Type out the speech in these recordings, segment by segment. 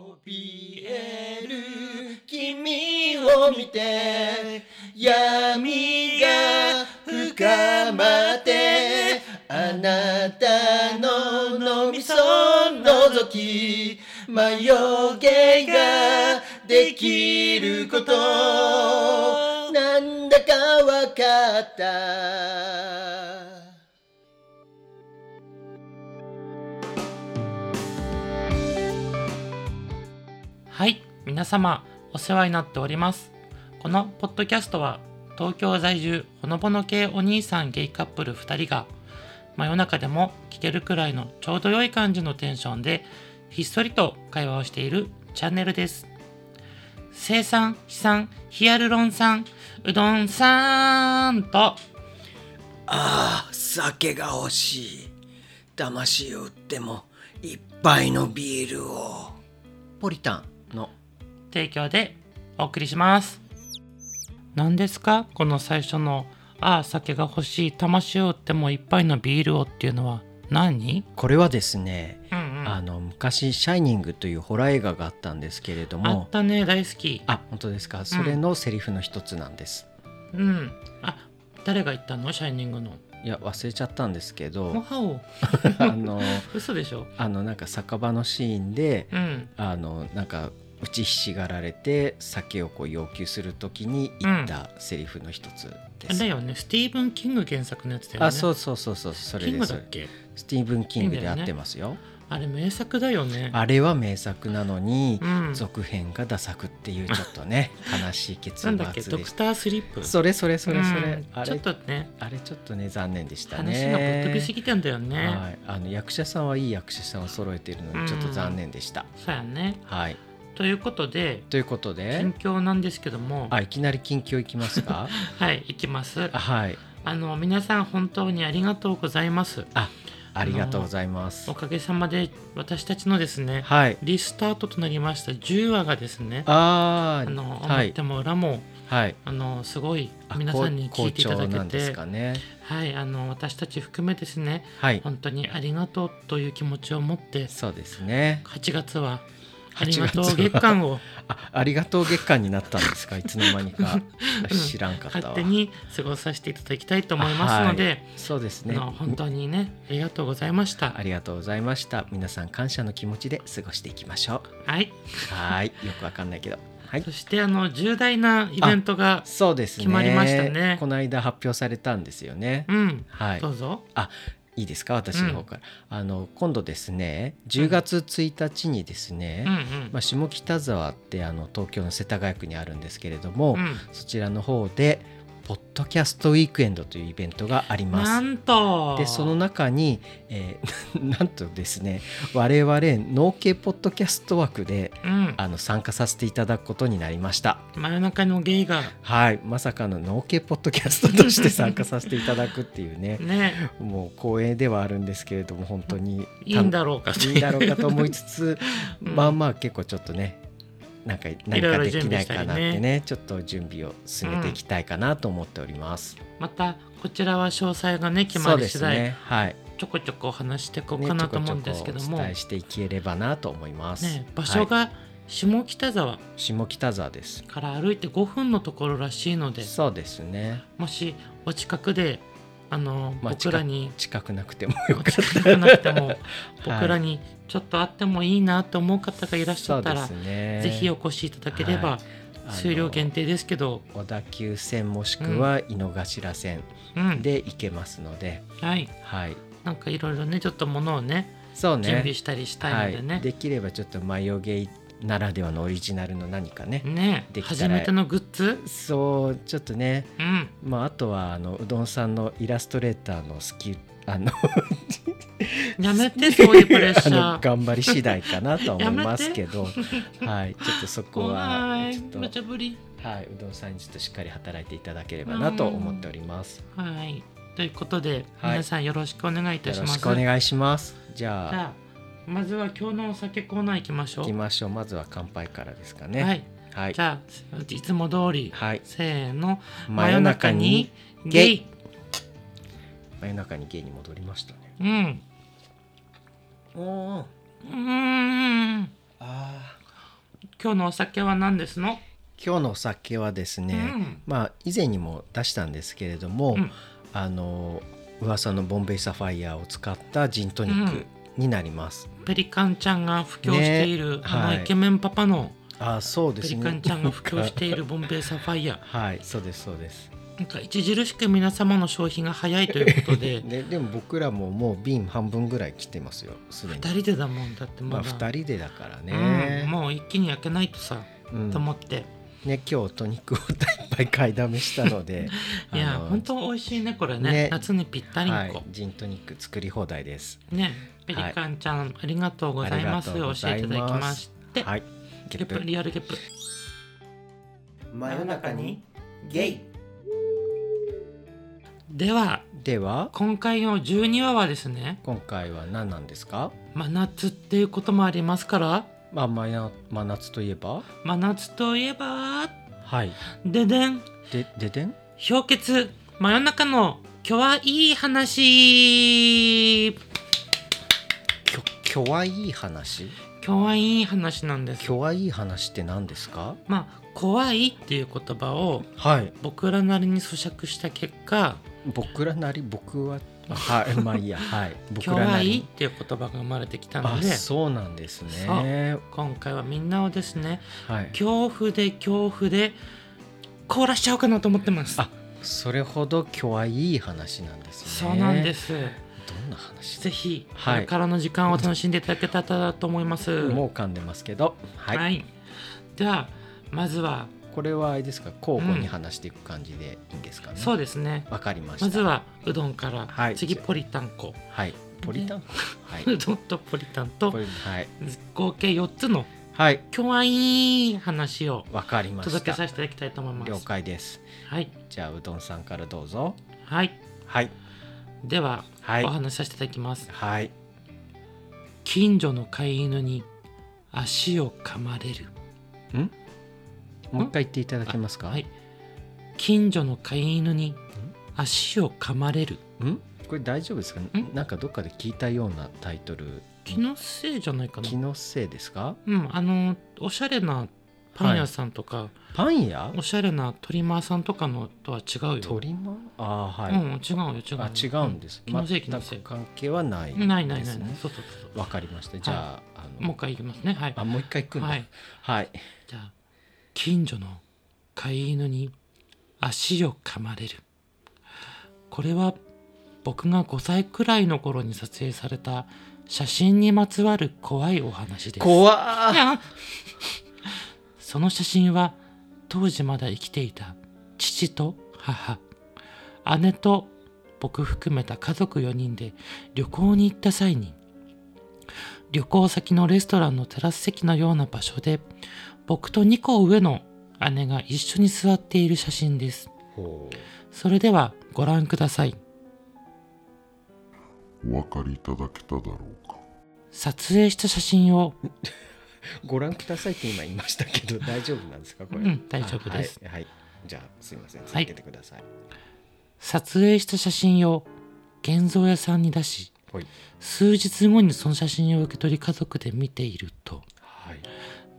怯える君を見て闇が深まってあなたの脳みそ覗き眉毛ができることなんだかわかったはい、皆様お世話になっております。このポッドキャストは東京在住ほのぼの系お兄さんゲイカップル2人が真夜中でも聞けるくらいのちょうど良い感じのテンションでひっそりと会話をしているチャンネルです。生産、飛産、ヒアルロン酸、うどんさーんとああ酒が欲しい魂を売っても一杯のビールをポリタンの提供でお送りします何ですかこの最初の「ああ酒が欲しい魂を売っても一杯のビールを」っていうのは何これはですね、うんうんああの昔「シャイニング」というホラー映画があったんですけれどっもたね大好きあ本当ですかそれのセリフの一つなんです、うんあ誰が言ったのシャイニングのいや忘れちゃったんですけもどはお あの嘘でしょあのなんか酒場のシーンでうんあのなんか打ちひしがられて酒をこう要求するときに言ったセリフの一つです、だよねスティーブン・キング原作のやつだよねあそううそうそうそうそれキンでグすだっけスティーブン・キングいいんでだ合よねってますよあれ名作だよねあれは名作なのに、うん続編がダ作っていうちょっ とね悲しい結な末んでだっけしドクター・スリップた それそれそれそれ、うんあちょっとれねあれちょっとね残念でしたね話がぶっ飛びすぎてんだよね、はい、あの役者さんはいい役者さんを揃えているのうにんちょっと残念でした、そうやねはいということでということで近況なんですけどもはあい、いきなり近況いきま すか行きますあはいあの皆さん本当にありがとうございますありがとうございますおかげさまで私たちのですねはいリスタートとなりました10話がですねああーのは表いも裏もはいあのすごいあ皆さんに聞いていただ好調けなんですて、かねはい、あの私たち含めですねはい本当にありがとうという気持ちを持ってそうですね8月はあり8がとう月は月間をあありがとう月間になったんですかいつの間 にか知らんかった勝わ手に過ごさせていただきたいと思いますので、そうですあねの本当にねありがとうございましたありがとうございました皆さん感謝の気持ちで過ごしていきましょはい、う はいよくわかんないけどはいそしてあの重大なイベントがそうですね決まりましたねこの間発表されたんですよね、うんはいどうぞいいですか私の方から、あの今度ですね10月1日にですね、うんうんまあ、下北沢ってあの東京の世田谷区にあるんですけれども、うんそちらの方でポッドキャストウィークエンドというイベントがありますなんとでその中に、えー なんとですね我々農系ポッドキャスト枠でうんあの参加させていただくことになりました真夜中のゲイがはいまさかの農系ポッドキャストとして参加させていただくっていうね ね もう光栄ではあるんですけれども本当にいいんだろうかといいいんだろうかと思いつつつ、うんまあまあ結構ちょっとねなんか何かできないいろいろ準備かなってしたねりちょっと準備を進めていきたいかなと思っております。 またこちらは詳細がね決まり次そう第、ですね。はい。ちょこちょこお話していこうねかなと思うんですけどちょこちょもこお伝えしていければなと思います、ね場所はいが下北沢下北沢ですから歩いて5分のところらしいのでそうですねもしお近くであの、まあ僕らに近くなくてもよかっ近たくなく ても僕らににちょっと会ってもいいなと思う方がいらっしゃったら、そうですねぜひお越しいただければ、は数量限定定ですけど、小田急線もしくは井の頭線うん、で行けますので、はいはいなんかいろいろねちょっとものをねそうね準備したりしたいのではねい、,、できればちょっと眉毛ならではのオリジナルの何かね、ねできたら初めてのグッズ、そうちょっとねうん、まああとはあのうどんさんのイラストレーターのスキルあのやめてそういうプレッ シあのャー頑張り次第かなとは思いますけどはいちょっとそこ怖はいちょっ無茶と、ぶりはい、うどんさんにちょっとしっかり働いていただければなと思っておりますはいということで、はい皆さんよろしくお願いいたよしろましすくお願いしますじじゃあゃあまずは今日のお酒コーナー行きましょ行うきましょうまずは乾杯からですかねはいはいじゃあいつも通り、はいせーの真夜中にゲゲイイ真夜中に芸に戻りましたねうんおおうーんあー今日のお酒は何ですの、今日のお酒はですね、まあ以前にも出したんですけれども、うんあの噂のボンベイサファイアを使ったジントニックになります、うん、ペリカンちゃんが布教している、ねあはのイいケメンパパの、ああそうでペすリねカンちゃんが布教しているボンベイサファイア はいそうですそうですなんか著しく皆様の消費が早いということ でででも僕らももう瓶半分ぐらい切ってますよすでに2人でだもんだってままあだ、 2人でだからね、うん、もう一気に焼けないとさ、うんと思ってね今日トニックをいっぱい買いだめしたので いやあの本当美味しいねこれねね夏にぴったりのは子、いジントニック作り放題ですねペリカンちゃん、ありがとうございますありがとうご教ざえていいますただきまして、はいゲップリアルゲップ真夜中にゲイではでは今回の12話はですね今回は何なんですか真夏っていうこともありますからまあ真夜真夏といえば真夏といえばはいででんでででん氷結真夜中の今日はいい話きょきょわいい話今日はいい話なんですきょわいい話って何ですかまあ怖いっていう言葉をはい僕らなりに咀嚼した結果僕らなり僕は はいまあいいや はい僕今日らはないいっりていう言葉が生まれてきたのあでそうなんですね今回はみんなをですねはい恐怖で恐怖で凍らしちゃおうかなと思ってますあそれほどきょわいい話なんですねそうなんですす、どんな話ぜひこはいれからの時間を楽しんでいただけたらと思います、もう噛んでますけどはい、はいではまずはこれはあれですか交互に話していく感じでいいんですかね、そうですねわかりましたまずはうどんから、はい次ポリタン粉はいポリタンは ういどんとポリタンとポリはい合計4つのはい今日はいい話をわかりまし届けたさせていただきたいと思います了解ですはいじゃあうどんさんからどうぞはいはいでは、はいお話しさせていただきますはい近所の飼い犬に足を噛まれるもう一回言っていただけますかはい近所の飼い犬に足を噛まれるんこれ大丈夫ですかんなんかどっかで聞いたようなタイトル気のせいじゃないかな気のせいですかうんあのおしゃれなパン屋さんとか、パン屋おしゃれなトリマーさんとかのとは違うよトリマあーはい、うん違うよ違うよあ違うんです気のせい全気のせいく関係はないうんないないでないすないねそうそうそうそうわかりましたじゃあ,、あのもう一回いきますねはいあもう一回行くんだはいはいじゃあ近所の飼い犬に足を噛まれるこれは僕が5歳くらいの頃に撮影された写真にまつわる怖いお話です怖いーやその写真は当時まだ生きていた父と母姉と僕含めた家族4人で旅行に行った際に旅行先のレストランのテラス席のような場所で僕と2個上の姉が一緒に座っている写真ですほうそれではご覧くださいお分かりいただけただろうか撮影した写真をご覧くださいって今言いましたけど大丈夫なんですかこれ、うん大丈夫ですあはい、はいじゃあすいません続けてください、撮影した写真を現像屋さんに出しほい数日後にその写真を受け取り家族で見ているとはい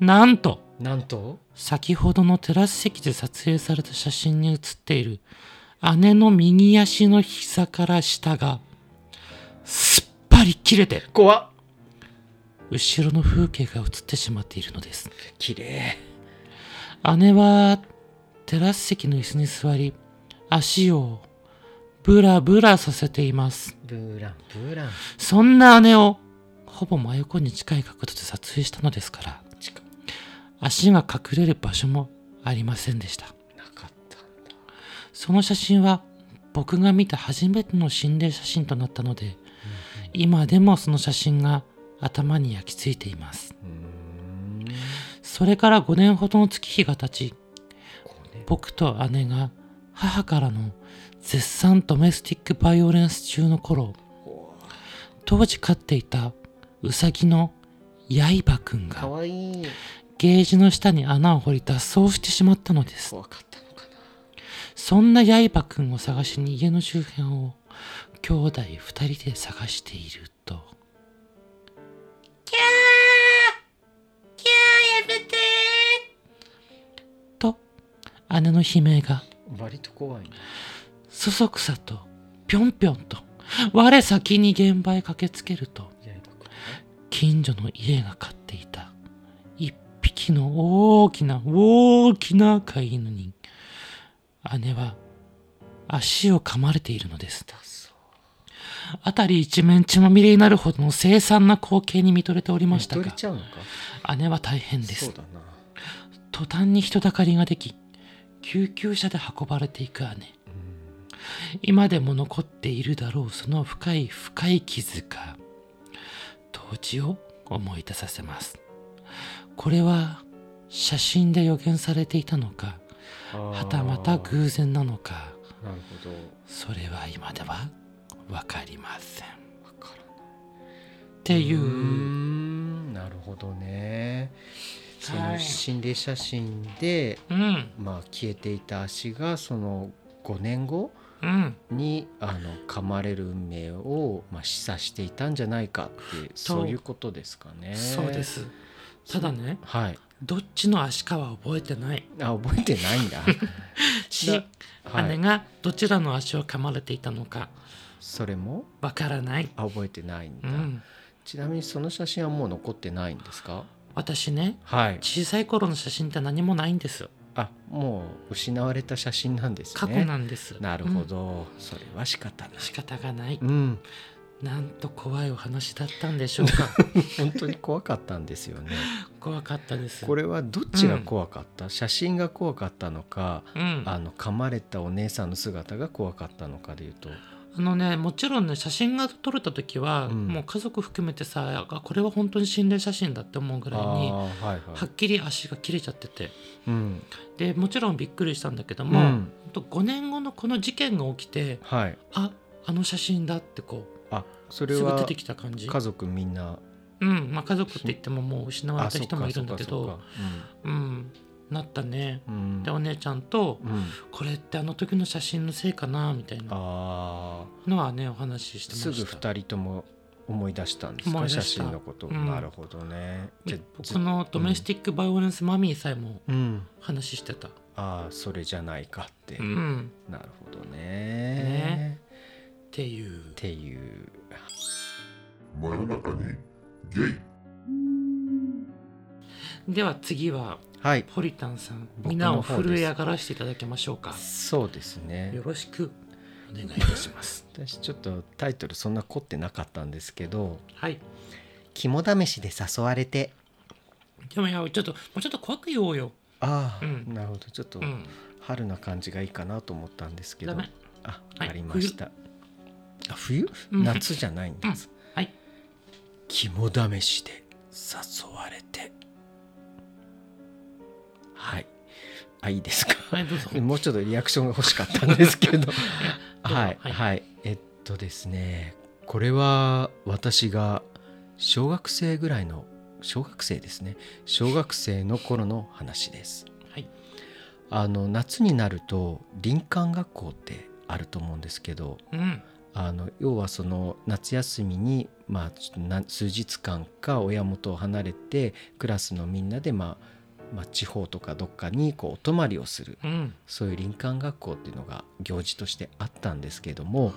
なんとなんと先ほどのテラス席で撮影された写真に写っている姉の右足の膝から下がすっぱり切れて怖っ後ろの風景が写ってしまっているのです綺麗姉はテラス席の椅子に座り足をブラブラさせていますブーランブーランそんな姉をほぼ真横に近い角度で撮影したのですから近く足が隠れる場所もありませんでしたなかったその写真は僕が見た初めての心霊写真となったので、今でもその写真が頭に焼き付いていますんだうーんそれから5年ほどの月日が経ちこうね僕と姉が母からの絶賛ドメスティックバイオレンス中の頃おー当時飼っていたウサギの刃くんかがわいいゲージの下に穴を掘り脱走してしまったのです怖かったのかなそんな刃くんを探しに家の周辺を兄弟二人で探していると。キャーキャーやめて姉の悲鳴が割と怖いねそそくさとぴょんぴょんと我先に現場へ駆けつけるといやいやこれね近所の家が飼っていた一匹の大きな大きな飼い犬に姉は足を噛まれているのです痛そう辺り一面血まみれになるほどの凄惨な光景に見とれておりました見とがれちゃうのか姉は大変でそすうだな途端に人だかりができ救急車で運ばれていく姉うん今でも残っているだろうその深い深い傷が当時を思い出させますこれは写真で予言されていたのかあーはたまた偶然なのかなるほどそれは今では分かりませんっわからないていうーうんなるほどねその心霊写真で、うんまあ消えていた足がその5年後うんにあの噛まれる運命を、まあ、示唆していたんじゃないかっていうそういうことですかね。そうで。すただねはい。どっちの足かは覚えてないあ覚えてないんだ。 し、はい、姉がどちらの足を噛まれていたのかそれもわからない、あ覚えてないんうだ、ん、ちなみにその写真はもう残ってないんですか。私ねはい。小さい頃の写真って何もないんですあもう失われた写真なんですね。過去なんです、なるほうんど、それは仕方ない。仕方がないうん、なんと怖いお話だったんでしょう か本当に怖かったんで すよね。怖かったですこれはどっちが怖かった、写真が怖かったのか、うん、ああの噛まれたお姉さんの姿が怖かったのかでいうと、のねもちろんね写真が撮れた時は、うんもう家族含めてさあこれは本当に心霊写真だって思うぐらいあにあはいははっきり足が切れちゃっててい、うん、でもちろんびっくりしたんだけども、もう本ん、当5年後のこの事件が起きてはい、ああの写真だってこあそうれすぐは出てきた感じ家族みんな、うんまあ、家族って言ってももう失われあたそっ人もいかるそんっだかけそっどか、うんなったねうん、うんでお姉ちゃんとうん、これってあの時の写真のせいかなみたいなああのはねお話ししてましすたぐ二人とも思い出したんです思い出かした写真のこと、うんなるほどねじゃ僕のドメスティックバイオレンスマミーさえもうん話してた、ああそれじゃないかって、うんなるほどねねっていうっていう真夜中にゲイでは次ははいポリタンさん僕の方です皆を震え上がらせていただきましょうかそうですねよろしくお願いいたします私ちょっとタイトルそんな凝ってなかったんですけどはい「肝試しで誘われてでもいやちょっともうちょっと怖く言おうよ」ああ、うんなるほどちょっとうん春な感じがいいかなと思ったんですけど、ダメあ、はいありましたあ冬うん夏じゃないんです、はい肝試しで誘われてはいあいいですかはいどうぞもうちょっとリアクションが欲しかったんですけ どはいははいい、えっとですねこれは私が小学生ぐらいの小学生ですね小学生の頃の話ですはいあの夏になると林間学校ってあると思うんですけどうんあの要はその夏休みに、まあ、ちょっとな数日間か親元を離れてクラスのみんなで、まあまあ、地方とかどっかにこうお泊まりをするうんそういう林間学校っていうのが行事としてあったんですけれどもはい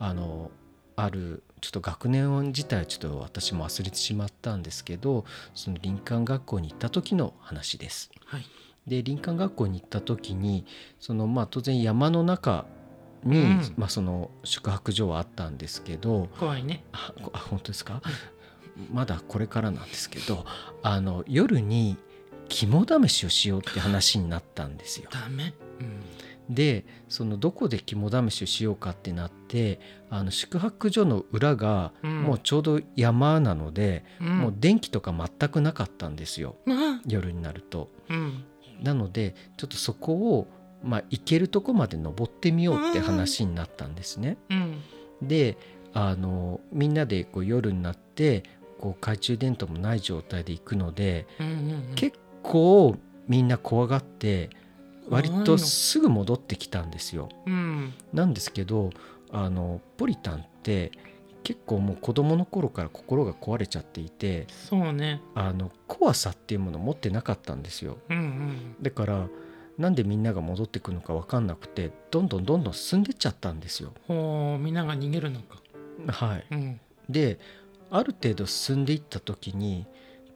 あのあるちょっと学年自体はちょっと私も忘れてしまったんですけどその林間学校に行った時の話です。はいで林間学校に行った時にそのまあ当然山の中に、うんまあ、その宿泊所はあったんですけど怖いねあこあ本当ですかまだこれからなんですけどあの夜に肝試しをしようって話になったんですよ。ダメうんでそのどこで肝試しをしようかってなってあの宿泊所の裏がうんもうちょうど山なので、うんもう電気とか全くなかったんですよまあ夜になると。うんなのでちょっとそこを、まあ、行けるとこまで登ってみようって話になったんですね。うんであのみんなでこう夜になってこう懐中電灯もない状態で行くのでうんうんうん結構みんな怖がって割怖いのとすぐ戻ってきたんですよ。うんなんですけどあのポリタンって結構もう子供の頃から心が壊れちゃっていてそうねあの怖さっていうものを持ってなかったんですよ。うんだからなんでみんなが戻ってくるのか分かんなくてどんどんどんどん進んでっちゃったんですよ。ほうみんなが逃げるのかはい、うんである程度進んでいった時に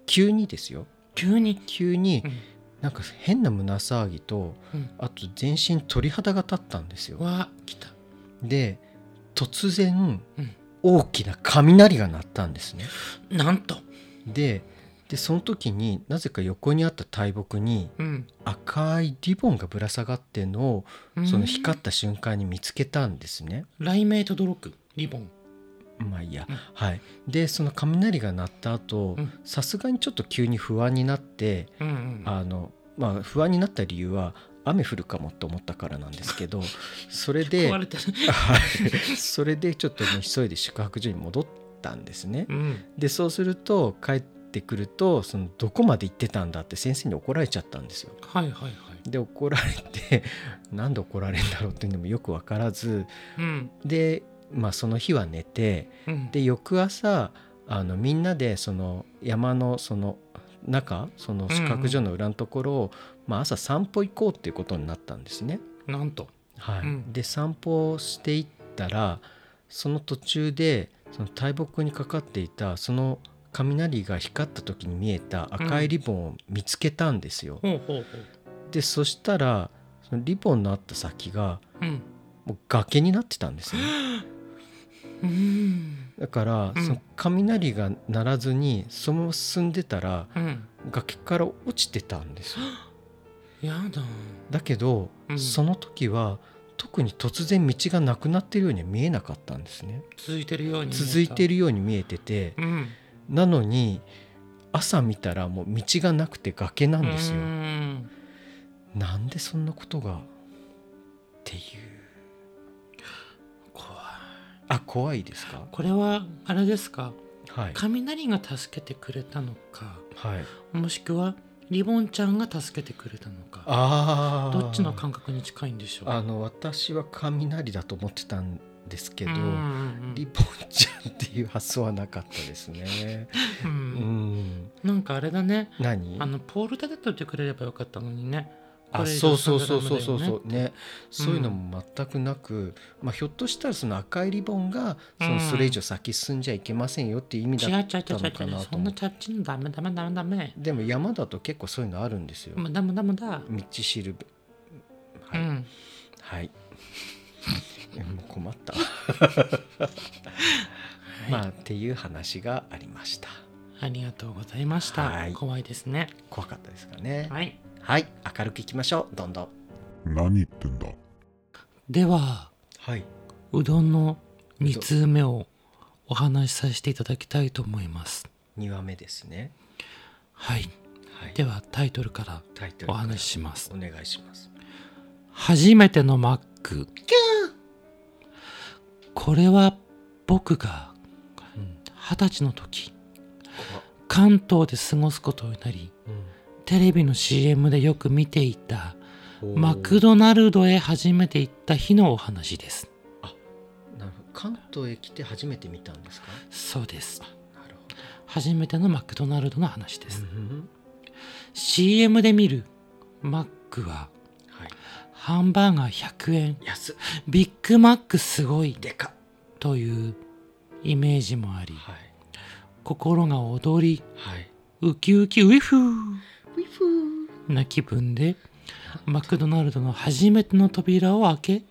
急にですよ急に急にうんなんか変な胸騒ぎと、うんあと全身鳥肌が立ったんですうよ。わ来たで突然、うん大きな雷が鳴ったんですね。なんとででその時になぜか横にあった大木にうん赤いリボンがぶら下がってんのをうんその光った瞬間に見つけたんですね。雷鳴と驚くリボンまあいいや、うんはい、でその雷が鳴った後うんさすがにちょっと急に不安になってうんうんあの、まあ、不安になった理由は雨降るかもと思ったからなんですけどそれで 壊れてるはいそれでちょっともう急いで宿泊所に戻ったんですね。うんでそうすると帰ってくるとそのどこまで行ってたんだって先生に怒られちゃったんですよ。はいはいはいで怒られて なんで怒られるんだろうっていうのもよく分からずうんで、まあ、その日は寝てうんで翌朝あのみんなでその山のその中その宿泊所の裏のところを、まあ、朝散歩行こうっていうことになったんですね。なんとはいうんで散歩をしていったらその途中でその大木にかかっていたその雷が光った時に見えた赤いリボンを見つけたんですよ。ほうほうほうでそしたらそのリボンのあった先がうんもう崖になってたんですね。うんだから、うんその雷が鳴らずにそのまま進んでたらうん崖から落ちてたんですよ。やだだけど、うんその時は特に突然道がなくなってるようには見えなかったんですね。続いてるように続いてるるように見えててうんなのに朝見たらもう道がなくて崖なんですよう。んなんでそんなことがっていう怖いあ怖いですかこれはあれですかはい、雷が助けてくれたのかはい、もしくはリボンちゃんが助けてくれたのかあーどっちの感覚に近いんでしょうあの私は雷だと思ってたんですけど、うんうんうんリボンちゃんっていう発想はなかったですね。ううんん、なんかあれだね何あのポール立てといてくれればよかったのにねこあれ以そ上うそう進そんうじゃそうそうダメだよそうね、そういうのも全くなく、まあ、ひょっとしたらその赤いリボンがそのうんそれ以上先進んじゃいけませんよっていう意味だ違う違うった違のかう違うなとそん思なうチャッチのダメダメダメダメでも山だと結構そういうのあるんですよ、まだまだまだ道しるうべはい、んはいいやもう困った まあっていう話がありましたありがとうございましたはい怖いですね怖かったですかねはい、はい明るくいきましょうどんどん何言ってんだでははい、うどんの3つ目をお話しさせていただきたいと思います2話目ですねはいはいではタイトルからタイトルおから話ししますお願いします初めてのマックこれは僕がうん二十歳の時関東で過ごすことになりテレビの CM でよく見ていたマクドナルドへ初めて行った日のお話ですなるほど関東へ来て初めて見たんですかそうですなるほ初めてのマクドナルドの話です、ど、うん、 CM で見るマックははいハンバーガー100円安っビッグマックすごいでかというイメージもありっはい心が躍りはいウキウキウィフーウィフな気分でマクドナルドの初めての扉を開け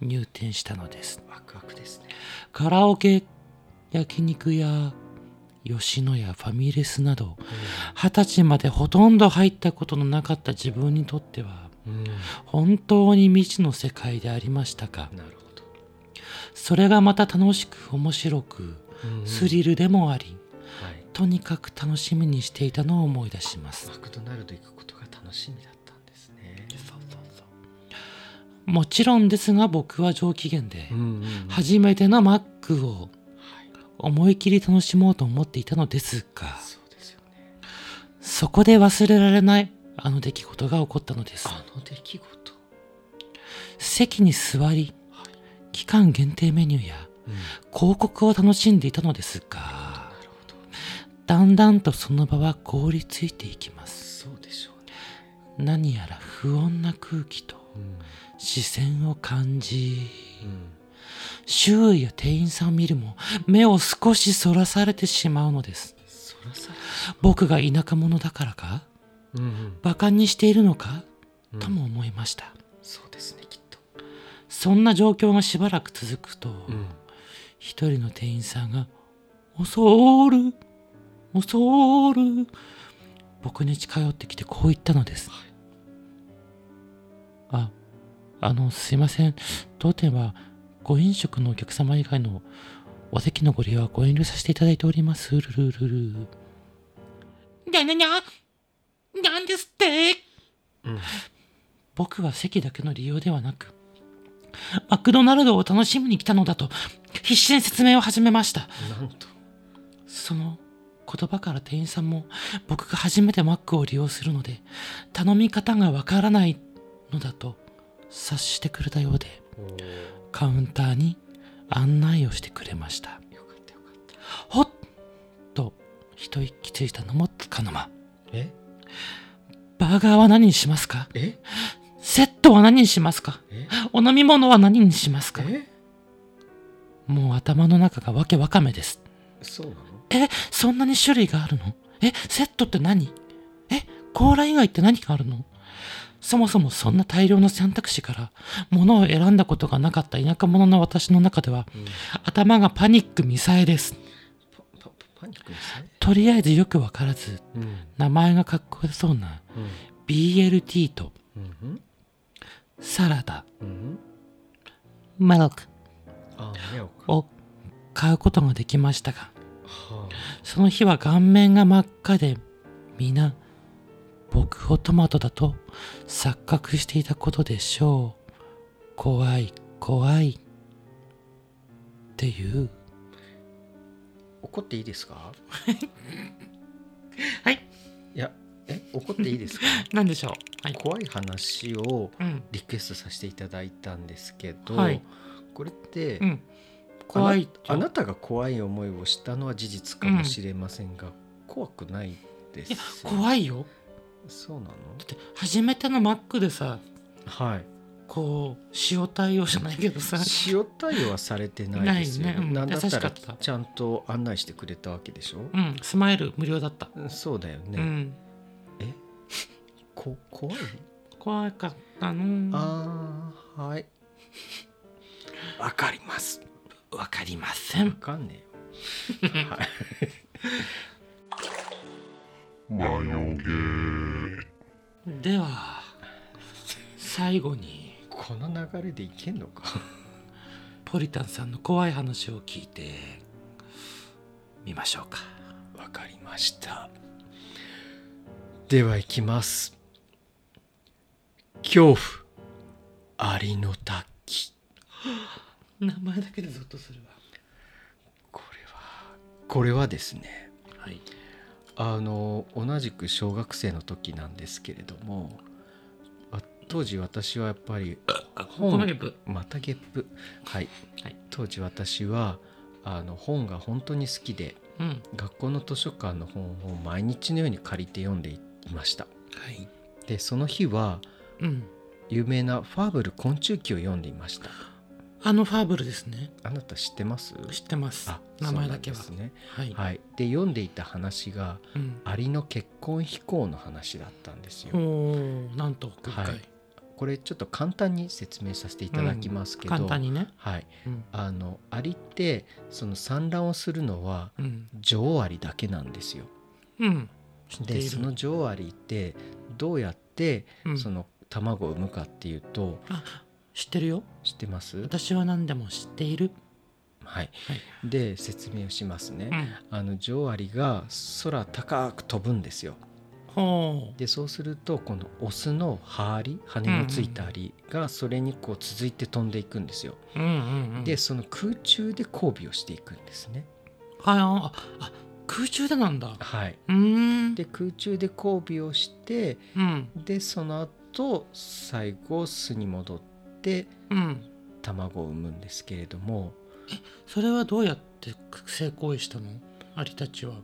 入店したのですーワクワクですねカラオケ焼肉や吉野家ファミレスなど二十歳までほとんど入ったことのなかった自分にとってはうん、本当に未知の世界でありましたがなるほど、それがまた楽しく面白くスリルでもありはいとにかく楽しみにしていたのを思い出しますマクドナルド行くことが楽しみだったんですねもちろんですが僕は上機嫌でん、は初めてのマックをい思い切り楽しもうと思っていたのですがそうですよねそこで忘れられないあの出来事が起こったのですあの出来事席に座りはい、期間限定メニューや広告を楽しんでいたのですがなるほどだんだんとその場は凍りついていきますそうでしょうね何やら不不穏な空気とうん視線を感じうん周囲や店員さんを見るも目を少しそらされてしまうのですそらさ僕が田舎者だからかうん馬鹿にしているのかうんとも思いました、そうですねきっとそんな状況がしばらく続くと、うん一人の店員さんが「恐る恐る」僕に近寄ってきてこう言ったのです、ああのすいません当店はご飲食のお客様以外のお席のご利用はご遠慮させていただいておりますルルルルにゃにゃにゃなんですってうん僕は席だけの利用ではなくマクドナルドを楽しみに来たのだと必死に説明を始めましたなんとその言葉から店員さんも僕が初めてマックを利用するので頼み方がわからないのだと察してくれたようでカウンターに案内をしてくれましたよかったよかったほっと一息ついたのもつかの間えバーガーは何にしますかえセットは何にしますかえお飲み物は何にしますかえもう頭の中がわけわかめですそうなのえそんなに種類があるのえセットって何えコーラ以外って何があるのそもそもそんな大量の選択肢から物を選んだことがなかった田舎者の私の中では頭がパニックミサイですパパパパニックですねとりあえずよくわからずうん名前がかっこよそうなうん BLT とうんサラダうんマロクああ目をかを買うことができましたがはその日は顔面が真っ赤で皆僕をトマトだと錯覚していたことでしょう怖い怖いっていうあ怒っていいですかはいいやえ怒っていい ですか何でしょうはい怖い話をうんリクエストさせていただいたんですけど、はいこれって、うん怖いあなあなたが怖い思いをしたのは事実かもしれませんが、怖くないですいや怖いよそうなのだって初めてのマックでさ はいこう塩対応じゃないけどさ塩対応はされてないですよないねうんなんだった優らしかったちゃんと案内してくれたわけでしょ、うんスマイル無料だった、そうだようね、んえこ怖い怖かったのあーはいわかりますわかりませわんかんねえよはいマヨゲーでは最後にこの流れでいけんのか ポリタンさんの怖い話を聞いてみましょうかわかりましたではいきます恐怖アリの滝名前だけでゾッとするこれはこれはですねわはいあの同じく小学生の時なんですけれどもあ当時私はやっぱり本このゲップまたゲップはい、はい当時私はあの本が本当に好きでうんは学校の図書館の本を毎日のように借りて読んでいましたいでその日はうん有名な「ファーブル昆虫記」を読んでいましたあのファーブルですねあなた知ってます知ってます名前だけは、そうなんですねはい、はいで読んでいた話がうんアリの結婚飛行の話だったんですよおーなんと今回、はいこれちょっと簡単に説明させていただきますけど、簡単にねはいうん、あのアリってその産卵をするのはうん女王アリだけなんですようん、知っていでるその女王アリってどうやってうんその卵を産むかっていうとあ知ってるよ知ってます私は何でも知っている、はいはいで説明をしますうねん、あの女王アリが空高く飛ぶんですよほでそうするとこのオスの羽アリ羽のついたアリがそれにこう続いて飛んでいくんですよう、うんうんうん、でその空中で交尾をしていくんですねはい、ああ空中でなんだはいうんで空中で交尾をしてうんでその後最後巣に戻ってうん卵を産むんですけれどもそれはどうやって性行為したのアリたちは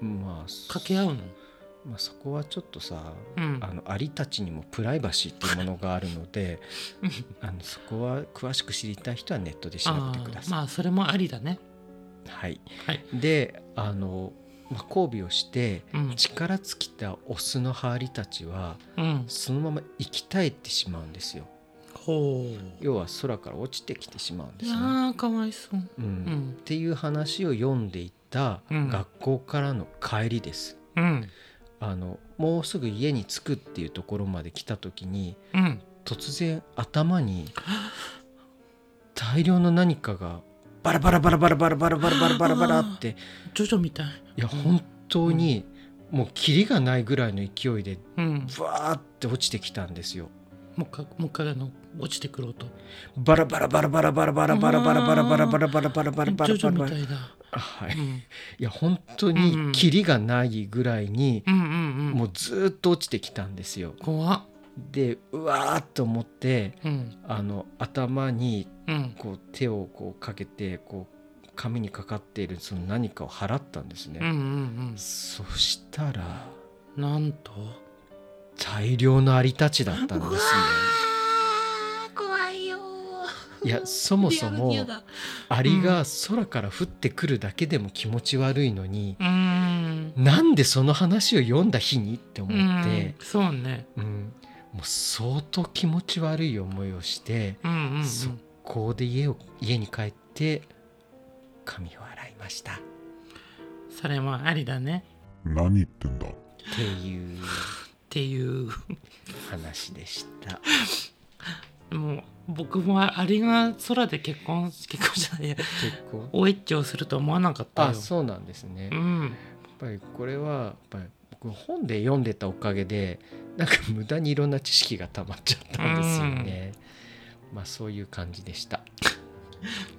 まあ掛け合うのまあ、そこはちょっとさうんあのアリたちにもプライバシーっていうものがあるの であのそこは詳しく知りたい人はネットで調べてくだあーまさあそれもありだねい。はい、はいであの、まあ、交尾をしてうん力尽きたオスのハーリたちはうんそのまま生き絶えてしまうんですよ。ほう要は空から落ちてきてしまうんですね。あーかわいそううんうんっていう話を読んでいたうん学校からの帰りです。うんあのもうすぐ家に着くっていうところまで来た時にうん突然頭に大量の何かがバラバラバラバラバラバラバラバラバラバラってジョジョみたいいや本当にもうキリがないぐらいの勢いでうんブワーって落ちてきたんですよ。もう一回もう一回あの落ちてくる音バラバラバラバラバラバラバラバラバラバラバラバラバラバラバジラョジョバラみバたラいだあはういんいや本当うんうんにキリがないぐらいにうんうんうんもうずーっと落ちてきたんですよ。怖っでうわーっと思ってうんあの頭にうんこう手をこうかけてこう髪にかかっているその何かを払ったんですね。うんうんそしたらうんなんと大量のアリたちだったんですね。怖いよいやそもそもアリが空から降ってくるだけでも気持ち悪いのに、うんなんでその話を読んだ日にってう思ってん、そうねうんもう相当気持ち悪い思いをして、うんうんうん速攻で家を家に帰って髪を洗いましたっそれもありだね何言ってんだていうっていう話でした。もう僕もあれが空で結婚 結婚じゃないや結構おエッチをすると思わなかったよあそうなんですね。うやっんぱりこれはやっぱり僕本で読んでたおかげでなんか無駄にいろんな知識が溜まっちゃったんですよね。まあそういう感じでした。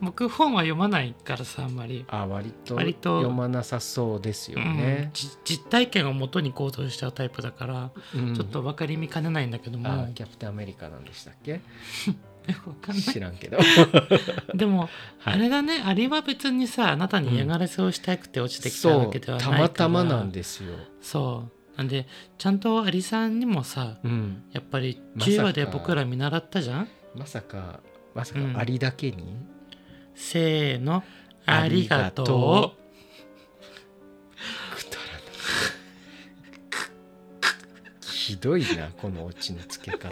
僕本は読まないからさあんまり、あ割と割と読まなさそうですようんね。じ実体験をもとに行動しちゃうタイプだから、うんちょっと分かりみかねないんだけどもあ よキャプテンアメリカなんでしたっけくわかんな知いらんけど。でも、はいあれだねあれは別にさあなたに嫌がらせをしたくて落ちてきたそわうけではないたから、またまなんですよ。そうなんでちゃんとアリさんにもさうん、やっぱりまさか10話で僕ら見習ったじゃんまさかまさうんかアリだけに、せーのありがとうくだらない。ひどいなこのオチのつけ方。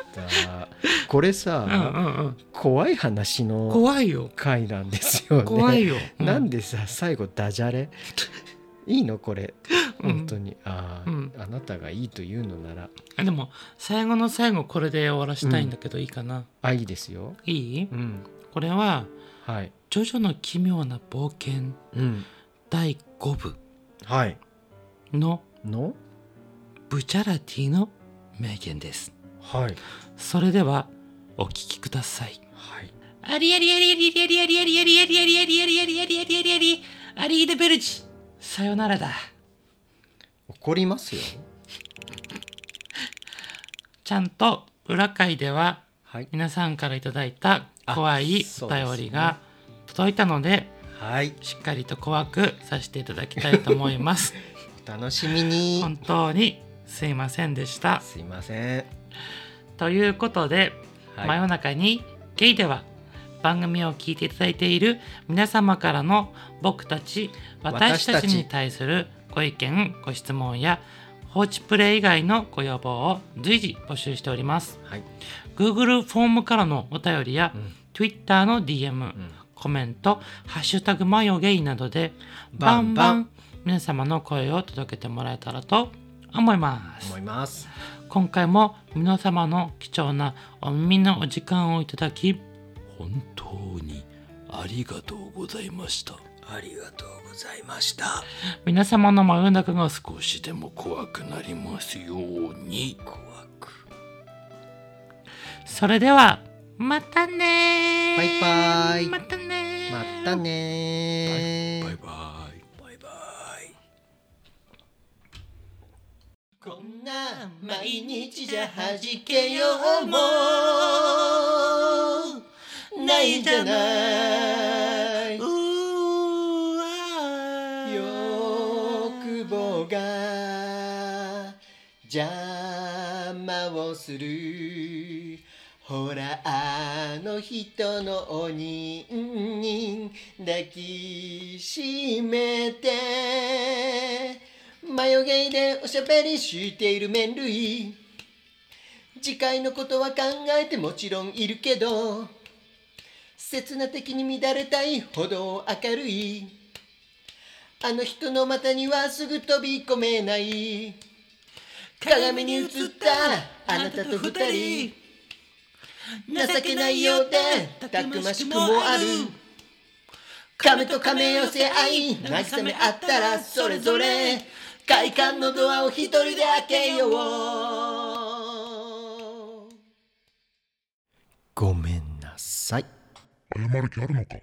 これさ、うんうんうん怖い話の怖いよ回なんですよね。怖いよ、うなんでさ最後ダジャレいいのこれうん本当に、ああ、うんあなたがいいと言うのならでも最後の最後これで終わらしたいんだけど、いいかなあいいですよ。いいうんこれははい。 「ジョジョの奇妙な冒険うん第5部はい。」ののブチャラティの名言ですはいそれではお聞きくださいはい。ありありありありありありありありありありありありありありありありありアリーデベルジさよならだ怒りますよ。ちゃんと裏会でははい皆さんからいただいた怖いお便りが届いたのではい。しっかりと怖くさせていただきたいと思いますお楽しみに。本当にすいませんでしたすいません。ということで、はい真夜中にゲイでは番組を聞いていただいている皆様からの僕たち私私たたちちに対するご意見ご質問や放置プレイ以外のご要望を随時募集しておりますはい。 Google フォームからのお便りやうん Twitter の DM、うんコメント「ハッシュタグマヨゲイ」などでババンンババンン皆様の声を届けてもらえたらと思います思います。今回も皆様の貴重なお耳のお時間をいただき本当にありがとうございましたありがとうございました。皆様の真夜中が少少しでも怖くなりますように怖くそれではまたねーバイバイまたねーまたねー。バイバイバイバイこんな毎日じゃ弾けようもないじゃない欲望が邪魔をするほらあの人のお人に抱きしめて眉毛でおしゃべりしている麺類次回のことは考えてもちろんいるけど刹那的に乱れたいほど明るいあの人の股にはすぐ飛び込めない鏡に映ったあなたと二人情けないようでたくましくもある亀と亀寄せ合い慰め合ったらそれぞれ快感のドアを一人で開けようごめんなさい謝る気あるのか